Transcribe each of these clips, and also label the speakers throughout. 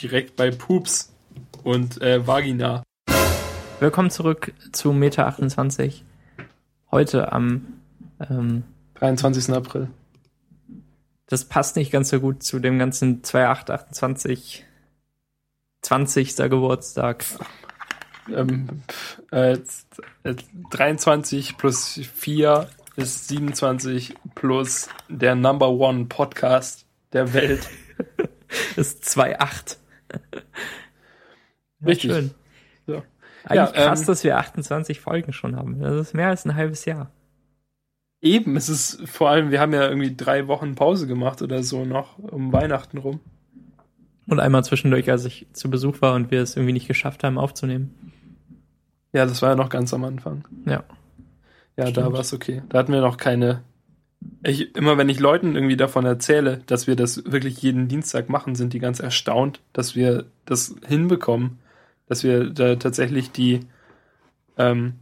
Speaker 1: direkt bei Pups und äh, Vagina.
Speaker 2: Willkommen zurück zu Meta 28. Heute am ähm,
Speaker 1: 23. April.
Speaker 2: das passt nicht ganz so gut zu dem ganzen 2828 20. Geburtstag.
Speaker 1: Ähm, pf, äh, z- äh, 23 plus 4 ist 27 plus der Number One Podcast der Welt.
Speaker 2: Ist 28. Ja,
Speaker 1: Richtig.
Speaker 2: schön.
Speaker 1: So.
Speaker 2: Eigentlich
Speaker 1: Ja,
Speaker 2: krass,
Speaker 1: ähm,
Speaker 2: dass wir 28 Folgen schon haben. Das ist mehr als ein halbes Jahr.
Speaker 1: Eben, es ist vor allem, wir haben ja irgendwie drei Wochen Pause gemacht oder so noch um Weihnachten rum.
Speaker 2: Und einmal zwischendurch, als ich zu Besuch war und wir es irgendwie nicht geschafft haben aufzunehmen.
Speaker 1: Ja, das war ja noch ganz am Anfang.
Speaker 2: Ja.
Speaker 1: Ja, da
Speaker 2: Stimmt.
Speaker 1: war es okay. Da hatten wir noch keine. Ich, immer wenn ich Leuten irgendwie davon erzähle, dass wir das wirklich jeden Dienstag machen, sind die ganz erstaunt, dass wir das hinbekommen, dass wir da tatsächlich die, ähm,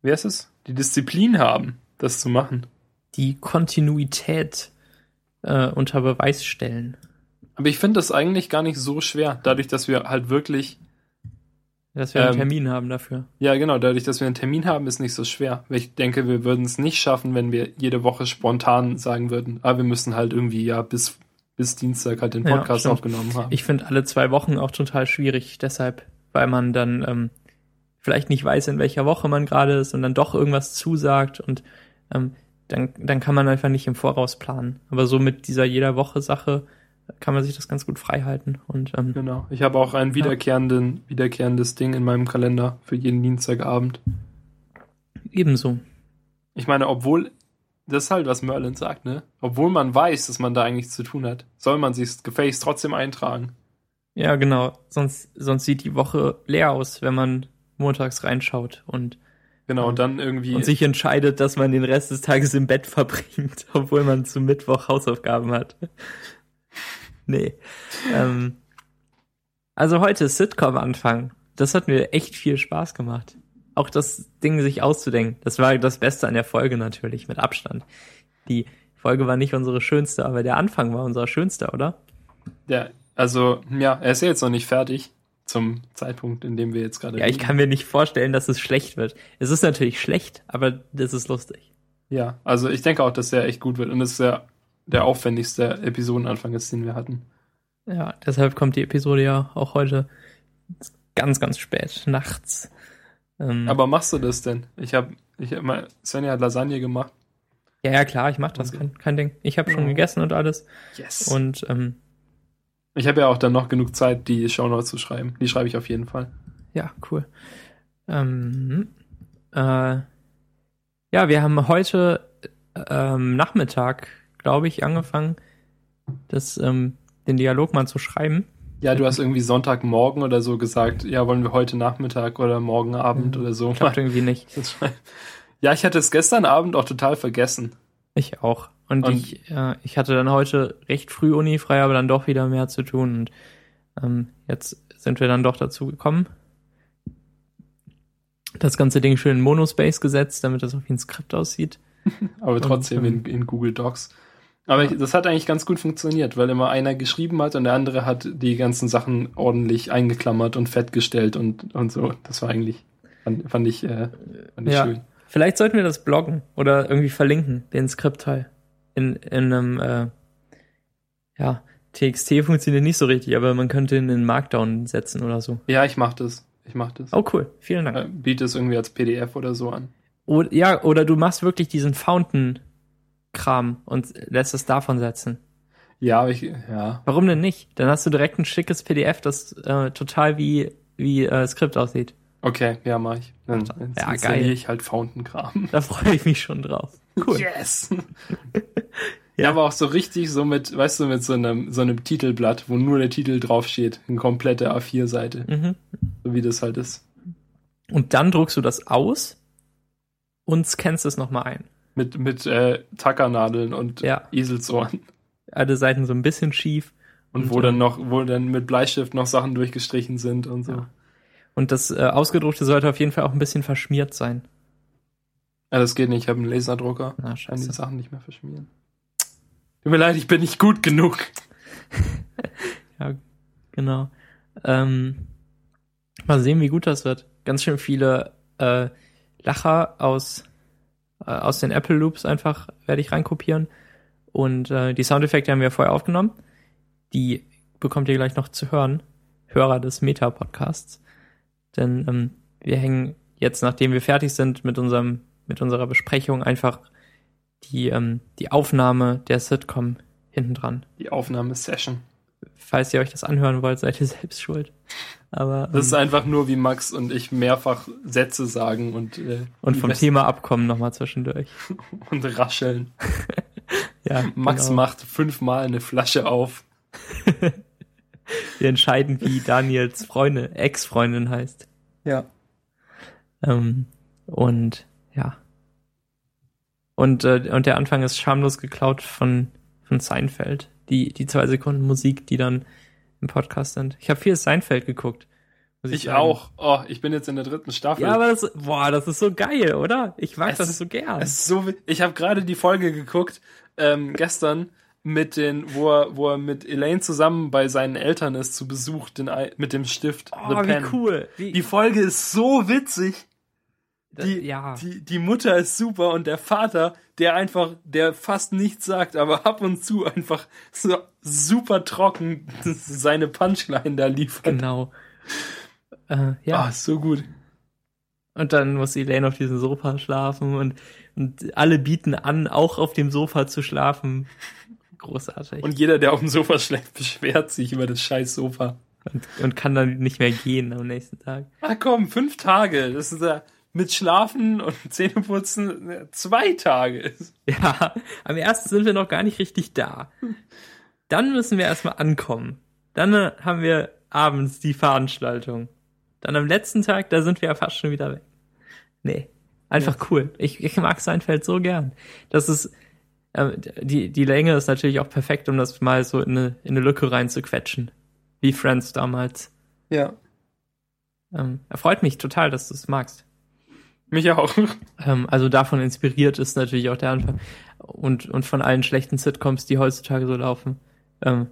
Speaker 1: wer ist es? Die Disziplin haben, das zu machen.
Speaker 2: Die Kontinuität äh, unter Beweis stellen.
Speaker 1: Aber ich finde das eigentlich gar nicht so schwer, dadurch, dass wir halt wirklich
Speaker 2: Dass wir einen
Speaker 1: Ähm,
Speaker 2: Termin haben dafür.
Speaker 1: Ja, genau, dadurch, dass wir einen Termin haben, ist nicht so schwer. Weil ich denke, wir würden es nicht schaffen, wenn wir jede Woche spontan sagen würden, ah, wir müssen halt irgendwie ja bis, bis Dienstag halt den
Speaker 2: Ja,
Speaker 1: Podcast
Speaker 2: stimmt.
Speaker 1: aufgenommen haben.
Speaker 2: Ich finde alle zwei Wochen auch total schwierig, deshalb, weil man dann ähm, vielleicht nicht weiß, in welcher Woche man gerade ist und dann doch irgendwas zusagt und ähm, dann, dann kann man einfach nicht im Voraus planen. Aber so mit dieser jeder Woche Sache kann man sich das ganz gut freihalten und ähm,
Speaker 1: genau. Ich habe auch ein wiederkehrenden, wiederkehrendes Ding in meinem Kalender für jeden Dienstagabend.
Speaker 2: ebenso.
Speaker 1: Ich meine, obwohl, das ist halt, was Merlin sagt, ne? Obwohl man weiß, dass man da eigentlich zu tun hat, soll man sich gefälligst trotzdem eintragen.
Speaker 2: Ja, genau. Sonst, sonst sieht die Woche leer aus, wenn man montags reinschaut und,
Speaker 1: Genau, und dann irgendwie.
Speaker 2: und sich entscheidet, dass man den Rest des Tages im Bett verbringt, obwohl man zum Mittwoch Hausaufgaben hat. nee. Ähm, also heute Sitcom anfangen. Das hat mir echt viel Spaß gemacht. Auch das Ding sich auszudenken. Das war das Beste an der Folge natürlich, mit Abstand. Die Folge war nicht unsere schönste, aber der Anfang war unser schönster, oder?
Speaker 1: der, also, ja, er ist ja jetzt noch nicht fertig zum Zeitpunkt, in dem wir jetzt gerade
Speaker 2: Ja, ich
Speaker 1: reden.
Speaker 2: kann mir nicht vorstellen, dass es schlecht wird. Es ist natürlich schlecht, aber das ist lustig.
Speaker 1: Ja, also ich denke auch, dass der echt gut wird und das ist der, der aufwendigste Episodenanfang ist, den wir hatten.
Speaker 2: Ja, deshalb kommt die Episode ja auch heute ganz, ganz spät, nachts. Ähm,
Speaker 1: Aber machst du das denn? Ich habe, ich hab mal, Svenja hat Lasagne gemacht.
Speaker 2: ja, ja, klar, ich mach das, kein, kein Ding. Ich habe schon
Speaker 1: Ja.
Speaker 2: gegessen und alles.
Speaker 1: Yes. Und
Speaker 2: Und ähm,
Speaker 1: ich habe ja auch dann noch genug Zeit, die Shownotes zu schreiben. Die schreibe ich auf jeden Fall.
Speaker 2: ja, cool. Ähm, äh, ja, wir haben heute ähm, Nachmittag, glaube ich, angefangen, das, ähm, den Dialog mal zu schreiben.
Speaker 1: Ja, du hast irgendwie Sonntagmorgen oder so gesagt, ja, wollen wir heute Nachmittag oder morgen Abend
Speaker 2: Mhm.
Speaker 1: oder so mal
Speaker 2: Klappt irgendwie nicht.
Speaker 1: das schreiben. Ja, ich hatte es gestern Abend auch total vergessen.
Speaker 2: Ich auch. Und,
Speaker 1: Und-
Speaker 2: ich, äh, ich hatte dann heute recht früh Uni frei, aber dann doch wieder mehr zu tun. Und ähm, jetzt sind wir dann doch dazu gekommen. Das ganze Ding schön in Monospace gesetzt, damit das auch wie ein Skript aussieht.
Speaker 1: Aber trotzdem in,
Speaker 2: ähm,
Speaker 1: in Google Docs. Aber ich, das hat eigentlich ganz gut funktioniert, weil immer einer geschrieben hat und der andere hat die ganzen Sachen ordentlich eingeklammert und fettgestellt und, und so. Das war eigentlich, fand, fand ich, äh, fand ich
Speaker 2: Ja.
Speaker 1: schön.
Speaker 2: Vielleicht sollten wir das bloggen oder irgendwie verlinken, den Skriptteil. In, in einem, äh, ja, TXT funktioniert nicht so richtig, aber man könnte ihn in Markdown setzen oder so.
Speaker 1: Ja, ich mach das. Ich mach das.
Speaker 2: Oh, cool. Vielen Dank.
Speaker 1: Äh, biete es irgendwie als PDF oder so an.
Speaker 2: Oder, ja, oder du machst wirklich diesen Fountain-Kram und lässt es davon setzen.
Speaker 1: Ja, aber ich, ja.
Speaker 2: Warum denn nicht? Dann hast du direkt ein schickes PDF, das äh, total wie, wie äh, Skript aussieht.
Speaker 1: Okay, ja, mach ich. Dann
Speaker 2: Ja,
Speaker 1: dann
Speaker 2: geil.
Speaker 1: installiere ich halt Fountain-Kram.
Speaker 2: Da freue ich mich schon drauf. Cool.
Speaker 1: Yes!
Speaker 2: Ja.
Speaker 1: ja, aber auch so richtig so mit, weißt du, mit so einem, so einem Titelblatt, wo nur der Titel draufsteht. Eine komplette A4-Seite,
Speaker 2: Mhm.
Speaker 1: so wie das halt ist.
Speaker 2: Und dann druckst du das aus und scannst es nochmal ein.
Speaker 1: Mit, mit äh, Tackernadeln und
Speaker 2: Ja.
Speaker 1: Eselsohren.
Speaker 2: Alle Seiten so ein bisschen schief.
Speaker 1: Und,
Speaker 2: Und,
Speaker 1: wo
Speaker 2: äh,
Speaker 1: dann noch, wo dann mit Bleistift noch Sachen durchgestrichen sind und so.
Speaker 2: Ja. Und das äh, Ausgedruckte sollte auf jeden Fall auch ein bisschen verschmiert sein.
Speaker 1: Ja, das geht nicht, ich habe einen Laserdrucker.
Speaker 2: Na,
Speaker 1: Kann die
Speaker 2: scheiße.
Speaker 1: Sachen nicht mehr verschmieren. Tut mir leid, ich bin nicht gut genug.
Speaker 2: Genau. Ähm, mal sehen, wie gut das wird. Ganz schön viele äh, Lacher aus, äh, aus den Apple Loops einfach werde ich reinkopieren. Und äh, die Soundeffekte haben wir vorher aufgenommen. Die bekommt ihr gleich noch zu hören. Hörer des Meta-Podcasts. Denn ähm, wir hängen jetzt, nachdem wir fertig sind mit unserem, mit unserer Besprechung, einfach die, ähm, die Aufnahme der Sitcom hinten dran.
Speaker 1: Die Aufnahmesession.
Speaker 2: Falls ihr euch das anhören wollt, seid ihr selbst schuld. Aber ähm,
Speaker 1: Das ist einfach nur, wie Max und ich mehrfach Sätze sagen und, äh,
Speaker 2: und
Speaker 1: die
Speaker 2: vom
Speaker 1: besten-
Speaker 2: Thema abkommen nochmal zwischendurch.
Speaker 1: und rascheln.
Speaker 2: Ja,
Speaker 1: Max
Speaker 2: genau.
Speaker 1: macht fünfmal eine Flasche auf.
Speaker 2: Wir entscheiden, wie Daniels Freunde, Ex-Freundin heißt.
Speaker 1: Ja.
Speaker 2: Ähm, und ja. Und, äh, und der Anfang ist schamlos geklaut von, von Seinfeld. Die, die zwei Sekunden Musik, die dann im Podcast sind. Ich habe viel Seinfeld geguckt. muss
Speaker 1: Ich
Speaker 2: sagen.
Speaker 1: auch. Oh, ich bin jetzt in der dritten Staffel.
Speaker 2: Ja, aber das, boah, das ist so geil, oder? Ich mag
Speaker 1: Es
Speaker 2: das
Speaker 1: ist-
Speaker 2: so gern.
Speaker 1: Es ist so, wi- ich habe gerade die Folge geguckt, ähm, gestern, mit den, wo er, wo er mit Elaine zusammen bei seinen Eltern ist, zu Besuch, den, Ei- mit dem Stift.
Speaker 2: oh,
Speaker 1: The
Speaker 2: wie
Speaker 1: Pen.
Speaker 2: cool. Wie,
Speaker 1: Die Folge ist so witzig. Die,
Speaker 2: ja.
Speaker 1: die, die Mutter ist super und der Vater, der einfach, der fast nichts sagt, aber ab und zu einfach so super trocken seine Punchline da liefert.
Speaker 2: genau. Äh, ja.
Speaker 1: Ah, ist so gut.
Speaker 2: Und dann muss Elaine auf diesem Sofa schlafen und, und alle bieten an, auch auf dem Sofa zu schlafen. Großartig.
Speaker 1: Und jeder, der auf dem Sofa schläft, beschwert sich über das scheiß Sofa.
Speaker 2: und, und kann dann nicht mehr gehen am nächsten Tag.
Speaker 1: Ah komm, fünf Tage. Das ist ja mit Schlafen und Zähneputzen äh, zwei Tage.
Speaker 2: Ja, am ersten sind wir noch gar nicht richtig da. Dann müssen wir erstmal ankommen. Dann äh, haben wir abends die Veranstaltung. Dann am letzten Tag, da sind wir ja fast schon wieder weg. Nee, einfach cool. Ich, ich mag Seinfeld so gern. Das ist, äh, die, die Länge ist natürlich auch perfekt, um das mal so in eine, in eine Lücke reinzuquetschen. Wie Friends damals.
Speaker 1: Ja.
Speaker 2: Ähm, erfreut mich total, dass du es magst.
Speaker 1: Mich auch.
Speaker 2: Ähm, also davon inspiriert ist natürlich auch der Anfang. Und, und von allen schlechten Sitcoms, die heutzutage so laufen, ähm,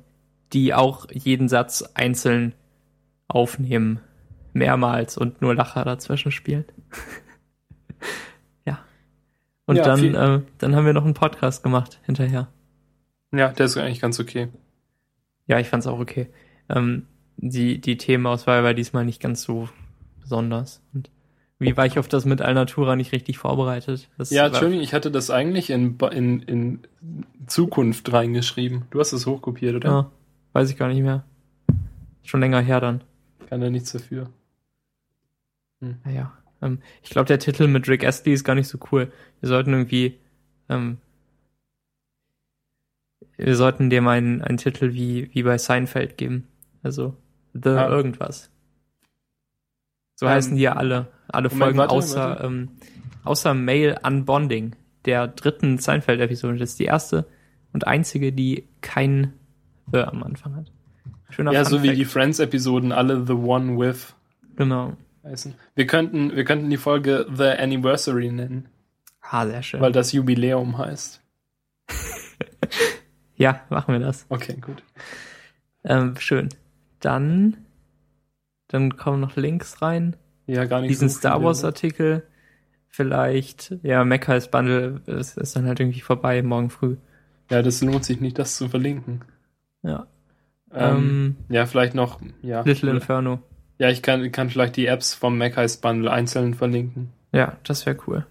Speaker 2: die auch jeden Satz einzeln aufnehmen. Mehrmals und nur Lacher dazwischen spielen. ja. Und
Speaker 1: Ja,
Speaker 2: dann,
Speaker 1: viel-
Speaker 2: äh, dann haben wir noch einen Podcast gemacht hinterher.
Speaker 1: Ja, der ist eigentlich ganz okay.
Speaker 2: Ja, ich fand's auch okay. Ähm, die, die Themenauswahl war diesmal nicht ganz so besonders. Und wie war ich auf das mit Alnatura nicht richtig vorbereitet? Das
Speaker 1: Ja,
Speaker 2: war-
Speaker 1: Entschuldigung, ich hatte das eigentlich in, Ba- in, in Zukunft reingeschrieben. Du hast es hochkopiert, oder?
Speaker 2: Ja, weiß ich gar nicht mehr. Schon länger her dann.
Speaker 1: Kann da nichts dafür.
Speaker 2: Naja. Ähm, ich glaube, der Titel mit Rick Astley ist gar nicht so cool. Wir sollten irgendwie, ähm, wir sollten dem einen, einen Titel wie, wie bei Seinfeld geben. Also, The
Speaker 1: Ah.
Speaker 2: irgendwas. So
Speaker 1: Ähm,
Speaker 2: heißen die ja alle. Alle
Speaker 1: Moment,
Speaker 2: Folgen
Speaker 1: warte,
Speaker 2: außer,
Speaker 1: warte.
Speaker 2: Ähm, außer Mail Unbonding, der dritten Seinfeld-Episode. Das ist die erste und einzige, die kein The am Anfang hat. Schöner
Speaker 1: Ja,
Speaker 2: Fun
Speaker 1: so wie
Speaker 2: Fact.
Speaker 1: die Friends-Episoden alle The One With
Speaker 2: Genau.
Speaker 1: heißen. Wir könnten, wir könnten die Folge The Anniversary nennen,
Speaker 2: Ah, sehr schön.
Speaker 1: weil das Jubiläum heißt.
Speaker 2: ja, machen wir das.
Speaker 1: Okay, gut.
Speaker 2: Ähm, schön. Dann, dann kommen noch Links rein.
Speaker 1: Ja, gar nicht
Speaker 2: Diesen
Speaker 1: so
Speaker 2: Star
Speaker 1: viele,
Speaker 2: Wars
Speaker 1: ne?
Speaker 2: Artikel. Vielleicht, ja, Mechas Bundle ist, ist dann halt irgendwie vorbei morgen früh.
Speaker 1: Ja, das lohnt sich nicht, das zu verlinken.
Speaker 2: Ja.
Speaker 1: Ähm,
Speaker 2: Ähm,
Speaker 1: ja, vielleicht noch, ja.
Speaker 2: Little Inferno.
Speaker 1: Ja, ich kann, kann vielleicht die Apps vom Mac Bundle einzeln verlinken.
Speaker 2: Ja, das wäre cool.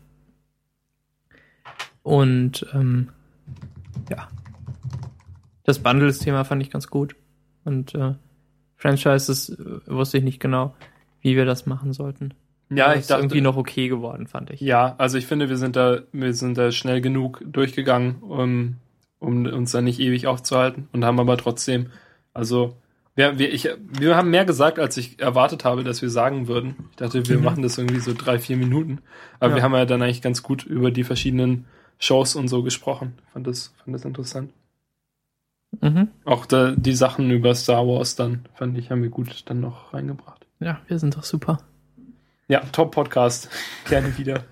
Speaker 2: Und ähm, ja. Das Bundles-Thema fand ich ganz gut. Und äh, Franchises äh, wusste ich nicht genau, wie wir das machen sollten.
Speaker 1: Ja,
Speaker 2: Aber
Speaker 1: ich
Speaker 2: ist
Speaker 1: dachte,
Speaker 2: irgendwie noch okay geworden, fand ich.
Speaker 1: ja, also ich finde, wir sind da, wir sind da schnell genug durchgegangen, um, um uns da nicht ewig aufzuhalten und haben aber trotzdem, also wir, wir, ich, wir haben mehr gesagt, als ich erwartet habe, dass wir sagen würden. Ich dachte, wir
Speaker 2: Mhm.
Speaker 1: machen das irgendwie so drei, vier Minuten. Aber
Speaker 2: Ja.
Speaker 1: wir haben ja dann eigentlich ganz gut über die verschiedenen Shows und so gesprochen. Fand das, fand das interessant.
Speaker 2: Mhm.
Speaker 1: Auch da, die Sachen über Star Wars dann, fand ich, haben wir gut dann noch reingebracht.
Speaker 2: Ja, wir sind doch super.
Speaker 1: Ja, Top-Podcast. Gerne wieder.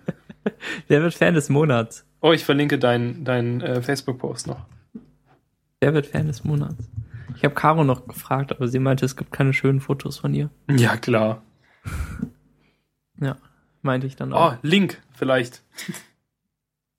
Speaker 2: Wer wird Fan des Monats?
Speaker 1: Oh, ich verlinke deinen dein, äh, Facebook-Post noch.
Speaker 2: Wer wird Fan des Monats? Ich habe Caro noch gefragt, aber sie meinte, es gibt keine schönen Fotos von ihr.
Speaker 1: Ja, klar.
Speaker 2: Ja, meinte ich dann
Speaker 1: Oh,
Speaker 2: auch. Äh,
Speaker 1: Link vielleicht.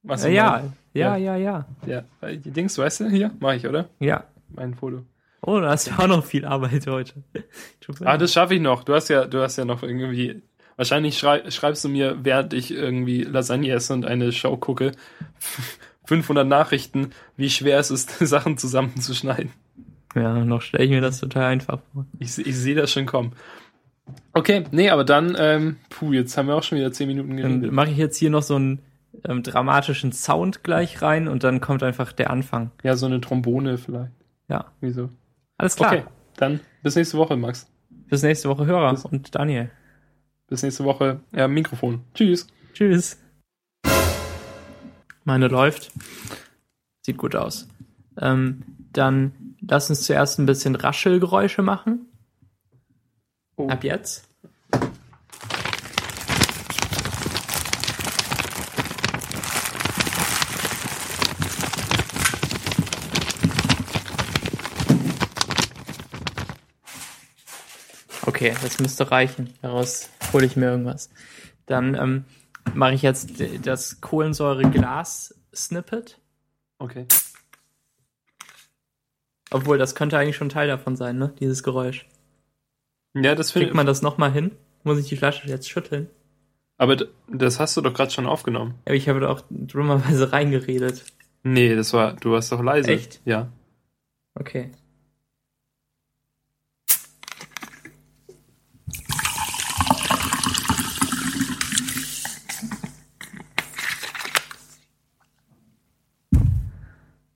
Speaker 1: Was
Speaker 2: ja, ja, ja, ja, ja,
Speaker 1: ja. Weil Die Dings, weißt du, hier mache ich, oder?
Speaker 2: ja.
Speaker 1: Mein Foto.
Speaker 2: Oh, da hast du auch noch viel Arbeit heute. Tut mir
Speaker 1: Ah,
Speaker 2: leid.
Speaker 1: das schaffe ich noch. Du hast ja, du hast ja noch irgendwie. Wahrscheinlich schrei schreibst du mir, während ich irgendwie Lasagne esse und eine Show gucke, 500 Nachrichten, wie schwer es ist, Sachen zusammenzuschneiden.
Speaker 2: ja, noch stelle ich mir das total einfach vor.
Speaker 1: Ich, se- ich sehe das schon kommen. Okay, nee, aber dann, ähm, puh, jetzt haben wir auch schon wieder 10 Minuten
Speaker 2: Dann
Speaker 1: geredet.
Speaker 2: mache ich jetzt hier noch so einen ähm, dramatischen Sound gleich rein und dann kommt einfach der Anfang.
Speaker 1: Ja, so eine Trombone vielleicht.
Speaker 2: Ja,
Speaker 1: Wieso?
Speaker 2: alles klar.
Speaker 1: Okay, dann bis nächste Woche, Max.
Speaker 2: Bis nächste Woche, Hörer
Speaker 1: Bis-
Speaker 2: und Daniel.
Speaker 1: Bis nächste Woche. Ja, Mikrofon. Tschüss.
Speaker 2: Tschüss. Meine läuft. Sieht gut aus. Ähm, dann lass uns zuerst ein bisschen Raschelgeräusche machen.
Speaker 1: Oh.
Speaker 2: Ab jetzt. Okay, das müsste reichen. Daraus hole ich mir irgendwas. Dann ähm, mache ich jetzt d- das Kohlensäure-Glas-Snippet.
Speaker 1: Okay.
Speaker 2: Obwohl, das könnte eigentlich schon Teil davon sein, ne? Dieses Geräusch.
Speaker 1: Ja, das finde
Speaker 2: Kriegt
Speaker 1: ich.
Speaker 2: man das nochmal hin? Muss ich die Flasche jetzt schütteln?
Speaker 1: Aber d- das hast du doch gerade schon aufgenommen.
Speaker 2: Aber ich habe da auch dummerweise reingeredet.
Speaker 1: Nee, das war, du warst doch leise.
Speaker 2: Echt?
Speaker 1: Ja.
Speaker 2: Okay.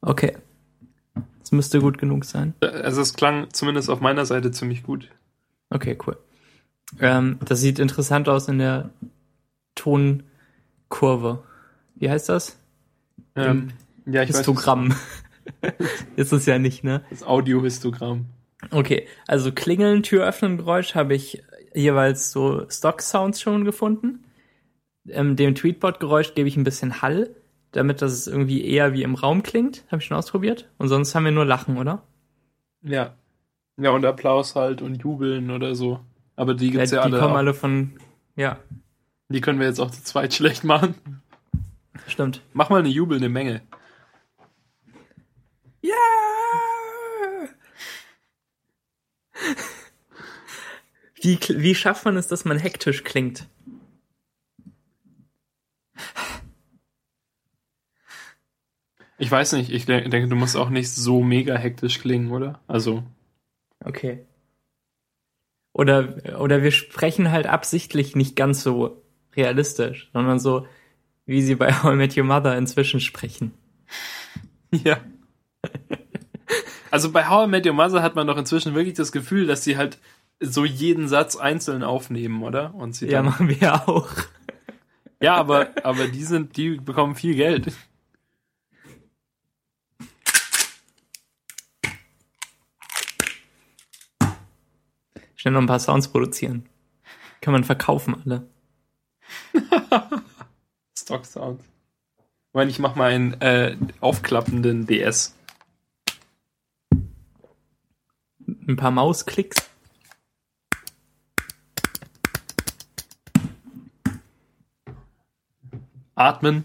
Speaker 2: Okay. Das müsste gut genug sein.
Speaker 1: Also es klang zumindest auf meiner Seite ziemlich gut.
Speaker 2: Okay, cool. Ähm, das sieht interessant aus in der Tonkurve. Wie heißt das?
Speaker 1: Ähm, ja, ich weiß.
Speaker 2: Histogramm. Ist es ja nicht, ne?
Speaker 1: Das Audiohistogramm.
Speaker 2: Okay, also klingeln, Tür öffnen Geräusch habe ich jeweils so Stock-Sounds schon gefunden. Ähm, dem Tweetbot-Geräusch gebe ich ein bisschen Hall, damit das irgendwie eher wie im Raum klingt. Habe ich schon ausprobiert. Und sonst haben wir nur Lachen, oder?
Speaker 1: Ja. Ja, und Applaus halt und Jubeln oder so. Aber die gibt's ja,
Speaker 2: die
Speaker 1: alle,
Speaker 2: kommen
Speaker 1: auch.
Speaker 2: alle von. Ja,
Speaker 1: Die können wir jetzt auch zu zweit schlecht machen.
Speaker 2: stimmt.
Speaker 1: Mach mal eine jubelnde Menge.
Speaker 2: Ja! Wie, kl- wie schafft man es, dass man hektisch klingt?
Speaker 1: Ich weiß nicht, ich de- denke, du musst auch nicht so mega hektisch klingen, oder? Also,
Speaker 2: Okay. Oder, oder wir sprechen halt absichtlich nicht ganz so realistisch, sondern so, wie sie bei How I Met Your Mother inzwischen sprechen.
Speaker 1: Ja. Also bei How I Met Your Mother hat man doch inzwischen wirklich das Gefühl, dass sie halt so jeden Satz einzeln aufnehmen, oder? Und sie
Speaker 2: Ja,
Speaker 1: dann,
Speaker 2: machen wir ja auch.
Speaker 1: ja aber, aber die sind, die bekommen viel Geld.
Speaker 2: Schnell noch ein paar Sounds produzieren. Kann man verkaufen alle.
Speaker 1: Stock Sound. Ich meine, ich mach mal einen äh, aufklappenden DS.
Speaker 2: Ein paar Mausklicks.
Speaker 1: Atmen.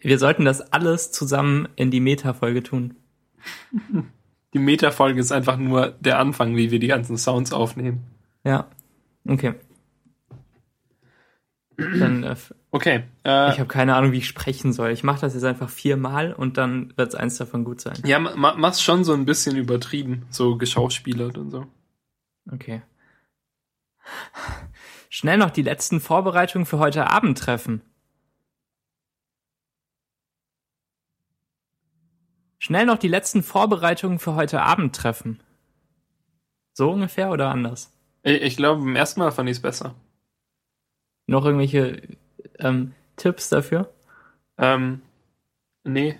Speaker 2: Wir sollten das alles zusammen in die Meta-Folge tun.
Speaker 1: Die Metafolge ist einfach nur der Anfang, wie wir die ganzen Sounds aufnehmen.
Speaker 2: Ja. Okay. Dann, äh, f-
Speaker 1: Okay.
Speaker 2: ich
Speaker 1: Äh,
Speaker 2: habe keine Ahnung, wie ich sprechen soll. Ich mache das jetzt einfach viermal und dann wird's eins davon gut sein.
Speaker 1: ja, ma- ma mach's schon so ein bisschen übertrieben, so geschauspielert und so.
Speaker 2: Okay. Schnell noch die letzten Vorbereitungen für heute Abend treffen. Schnell noch die letzten Vorbereitungen für heute Abend treffen. So ungefähr oder anders?
Speaker 1: Ich, ich glaube, beim ersten Mal fand ich's besser.
Speaker 2: Noch irgendwelche ähm, Tipps dafür?
Speaker 1: Ähm, nee,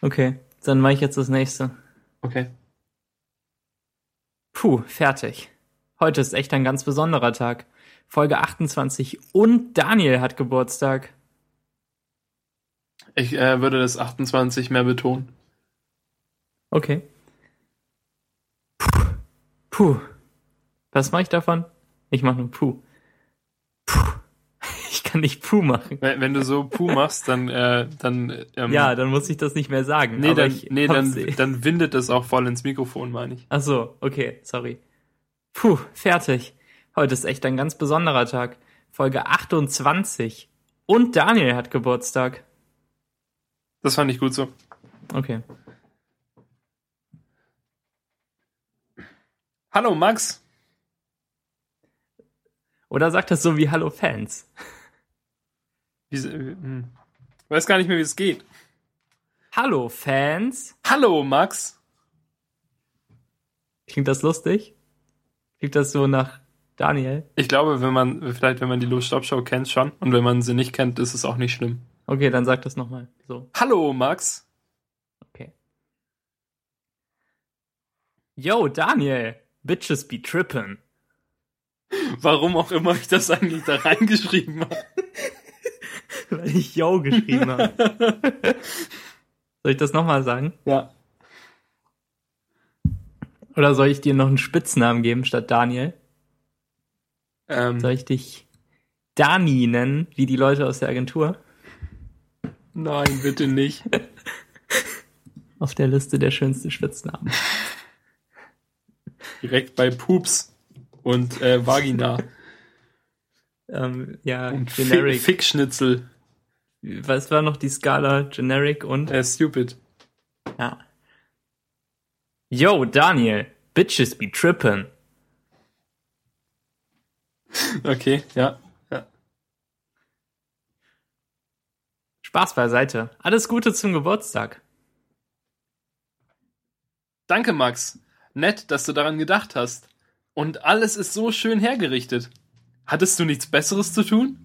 Speaker 2: Okay, dann mache ich jetzt das nächste.
Speaker 1: okay.
Speaker 2: Puh, fertig. Heute ist echt ein ganz besonderer Tag. Folge 28 und Daniel hat Geburtstag.
Speaker 1: Ich äh, würde das 28 mehr betonen.
Speaker 2: Okay. Puh. Puh. Was mache ich davon? Ich mache nur Puh. Puh. Ich kann nicht Puh machen.
Speaker 1: Wenn, wenn du so Puh machst, dann, äh, dann, ähm,
Speaker 2: Ja, dann muss ich das nicht mehr sagen.
Speaker 1: nee,
Speaker 2: aber
Speaker 1: dann,
Speaker 2: ich
Speaker 1: nee, dann,
Speaker 2: hab's-
Speaker 1: dann windet es auch voll ins Mikrofon, meine ich.
Speaker 2: Ach so, okay, sorry. Puh, fertig. Heute ist echt ein ganz besonderer Tag. Folge 28. Und Daniel hat Geburtstag.
Speaker 1: Das fand ich gut so.
Speaker 2: Okay.
Speaker 1: Hallo, Max.
Speaker 2: Oder sagt das so wie Hallo Fans?
Speaker 1: Wie, äh, hm. Ich weiß gar nicht mehr, wie es geht.
Speaker 2: Hallo Fans?
Speaker 1: Hallo, Max.
Speaker 2: Klingt das lustig? Klingt das so nach Daniel?
Speaker 1: Ich glaube, wenn man, vielleicht wenn man die Los-Stop-Show kennt, schon. Und wenn man sie nicht kennt, ist es auch nicht schlimm.
Speaker 2: Okay, dann sag das nochmal. So,
Speaker 1: Hallo, Max.
Speaker 2: okay. Yo, Daniel! Bitches be trippin'.
Speaker 1: Warum auch immer ich das eigentlich da reingeschrieben habe.
Speaker 2: Weil ich Yo geschrieben habe. Soll ich das nochmal sagen?
Speaker 1: Ja.
Speaker 2: Oder soll ich dir noch einen Spitznamen geben statt Daniel?
Speaker 1: Ähm,
Speaker 2: Soll ich dich Dani nennen, wie die Leute aus der Agentur?
Speaker 1: Nein, bitte nicht.
Speaker 2: Auf der Liste der schönsten Spitznamen.
Speaker 1: Direkt bei Pups und äh, Vagina
Speaker 2: Ähm, ja,
Speaker 1: und Fi-
Speaker 2: Generic.
Speaker 1: Fickschnitzel.
Speaker 2: Was war noch die Skala? Generic und?
Speaker 1: Äh, stupid.
Speaker 2: Ja. Yo, Daniel. Bitches be trippin'.
Speaker 1: Okay, ja. ja.
Speaker 2: Spaß beiseite. Alles Gute zum Geburtstag.
Speaker 1: Danke, Max. Nett, dass du daran gedacht hast. Und alles ist so schön hergerichtet. Hattest du nichts Besseres zu tun?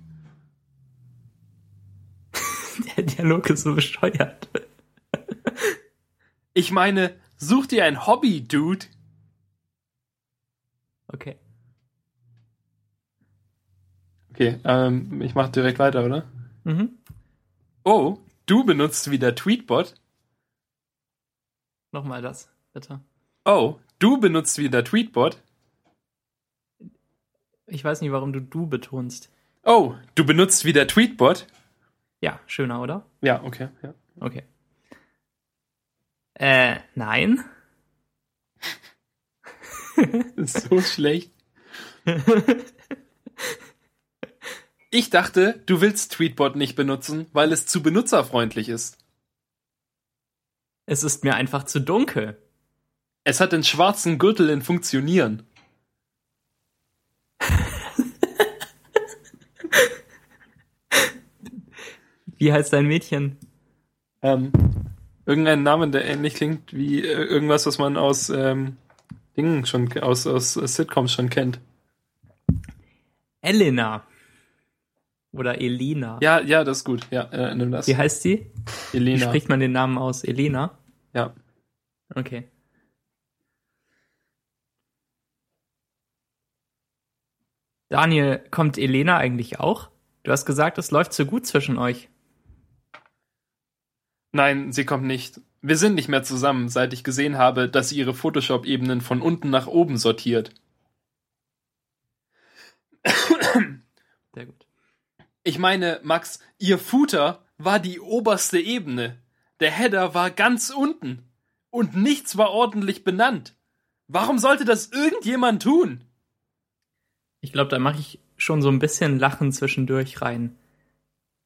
Speaker 2: Der Dialog ist so bescheuert.
Speaker 1: Ich meine, such dir ein Hobby, Dude.
Speaker 2: Okay.
Speaker 1: Okay, ähm, ich mach direkt weiter, oder?
Speaker 2: Mhm.
Speaker 1: Oh, du benutzt wieder Tweetbot.
Speaker 2: Nochmal das, bitte.
Speaker 1: Oh, du benutzt wieder Tweetbot.
Speaker 2: Ich weiß nicht, warum du du betonst.
Speaker 1: Oh, du benutzt wieder Tweetbot.
Speaker 2: Ja, schöner, oder?
Speaker 1: Ja, okay. Ja.
Speaker 2: Okay. Äh, nein.
Speaker 1: Ist so schlecht. Ich dachte, du willst Tweetbot nicht benutzen, weil es zu benutzerfreundlich ist.
Speaker 2: Es ist mir einfach zu dunkel.
Speaker 1: Es hat den schwarzen Gürtel in Funktionieren.
Speaker 2: Wie heißt dein Mädchen?
Speaker 1: Ähm, irgendein Name, der ähnlich klingt wie äh, irgendwas, was man aus ähm, Dingen schon, aus, aus äh, Sitcoms schon kennt.
Speaker 2: Elena. Oder Elina.
Speaker 1: Ja, ja, das ist gut. Ja, äh, nimm das.
Speaker 2: Wie heißt sie? Wie
Speaker 1: Elena.
Speaker 2: spricht man den Namen aus? Elena?
Speaker 1: Ja.
Speaker 2: Okay. Daniel, kommt Elena eigentlich auch? Du hast gesagt, es läuft so gut zwischen euch.
Speaker 1: Nein, sie kommt nicht. Wir sind nicht mehr zusammen, seit ich gesehen habe, dass sie ihre Photoshop-Ebenen von unten nach oben sortiert.
Speaker 2: Sehr gut.
Speaker 1: Ich meine, Max, ihr Footer war die oberste Ebene. Der Header war ganz unten. Und nichts war ordentlich benannt. Warum sollte das irgendjemand tun?
Speaker 2: Ich glaube, da mache ich schon so ein bisschen Lachen zwischendurch rein.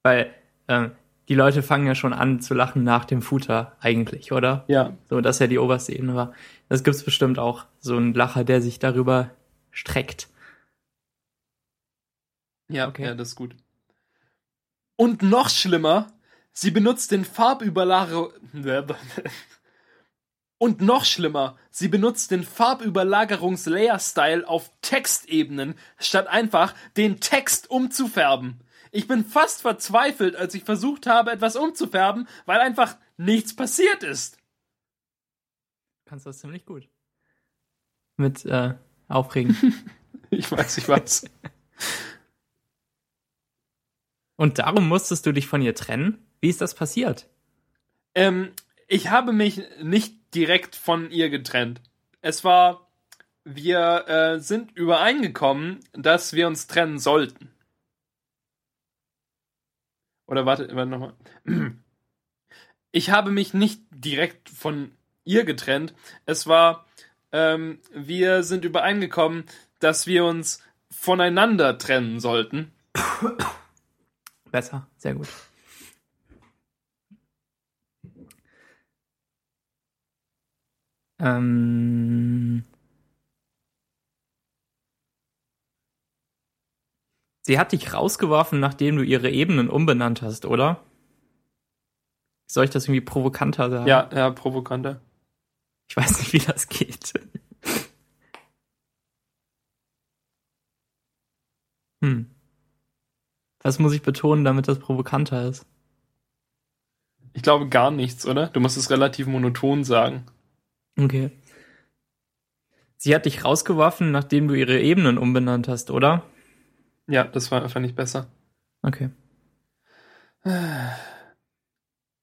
Speaker 2: Weil ähm, die Leute fangen ja schon an zu lachen nach dem Footer eigentlich, oder?
Speaker 1: Ja,
Speaker 2: So, dass ja die oberste Ebene war. Das gibt's bestimmt auch so einen Lacher, der sich darüber streckt.
Speaker 1: ja,
Speaker 2: Okay.
Speaker 1: ja, das ist gut. Und noch schlimmer, sie benutzt den Farbüberlager. Und noch schlimmer, sie benutzt den Farbüberlagerungs-Layer-Style auf Textebenen, statt einfach den Text umzufärben. Ich bin fast verzweifelt, als ich versucht habe, etwas umzufärben, weil einfach nichts passiert ist.
Speaker 2: Kannst das ziemlich gut. Mit äh, Aufregen.
Speaker 1: Ich weiß, ich weiß.
Speaker 2: Und darum musstest du dich von ihr trennen? Wie ist das passiert?
Speaker 1: Ähm, ich habe mich nicht direkt von ihr getrennt. Es war, wir äh, sind übereingekommen, dass wir uns trennen sollten. Oder warte, warte nochmal. Ich habe mich nicht direkt von ihr getrennt. Es war, ähm, wir sind übereingekommen, dass wir uns voneinander trennen sollten.
Speaker 2: Besser, sehr gut. Ähm, sie hat dich rausgeworfen, nachdem du ihre Ebenen umbenannt hast, oder? Soll ich das irgendwie provokanter sagen?
Speaker 1: Ja, ja, provokanter.
Speaker 2: Ich weiß nicht, wie das geht. Hm. Was muss ich betonen, damit das provokanter ist?
Speaker 1: Ich glaube gar nichts, oder? Du musst es relativ monoton sagen.
Speaker 2: Okay. Sie hat dich rausgeworfen, nachdem du ihre Ebenen umbenannt hast, oder?
Speaker 1: Ja, das war einfach nicht besser.
Speaker 2: Okay.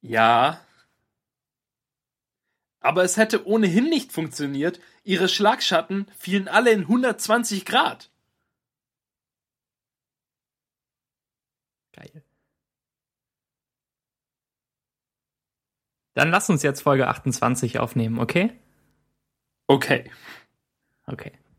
Speaker 1: Ja. Aber es hätte ohnehin nicht funktioniert. Ihre Schlagschatten fielen alle in 120 Grad.
Speaker 2: Geil. Dann lass uns jetzt Folge 28 aufnehmen, okay?
Speaker 1: Okay.
Speaker 2: Okay.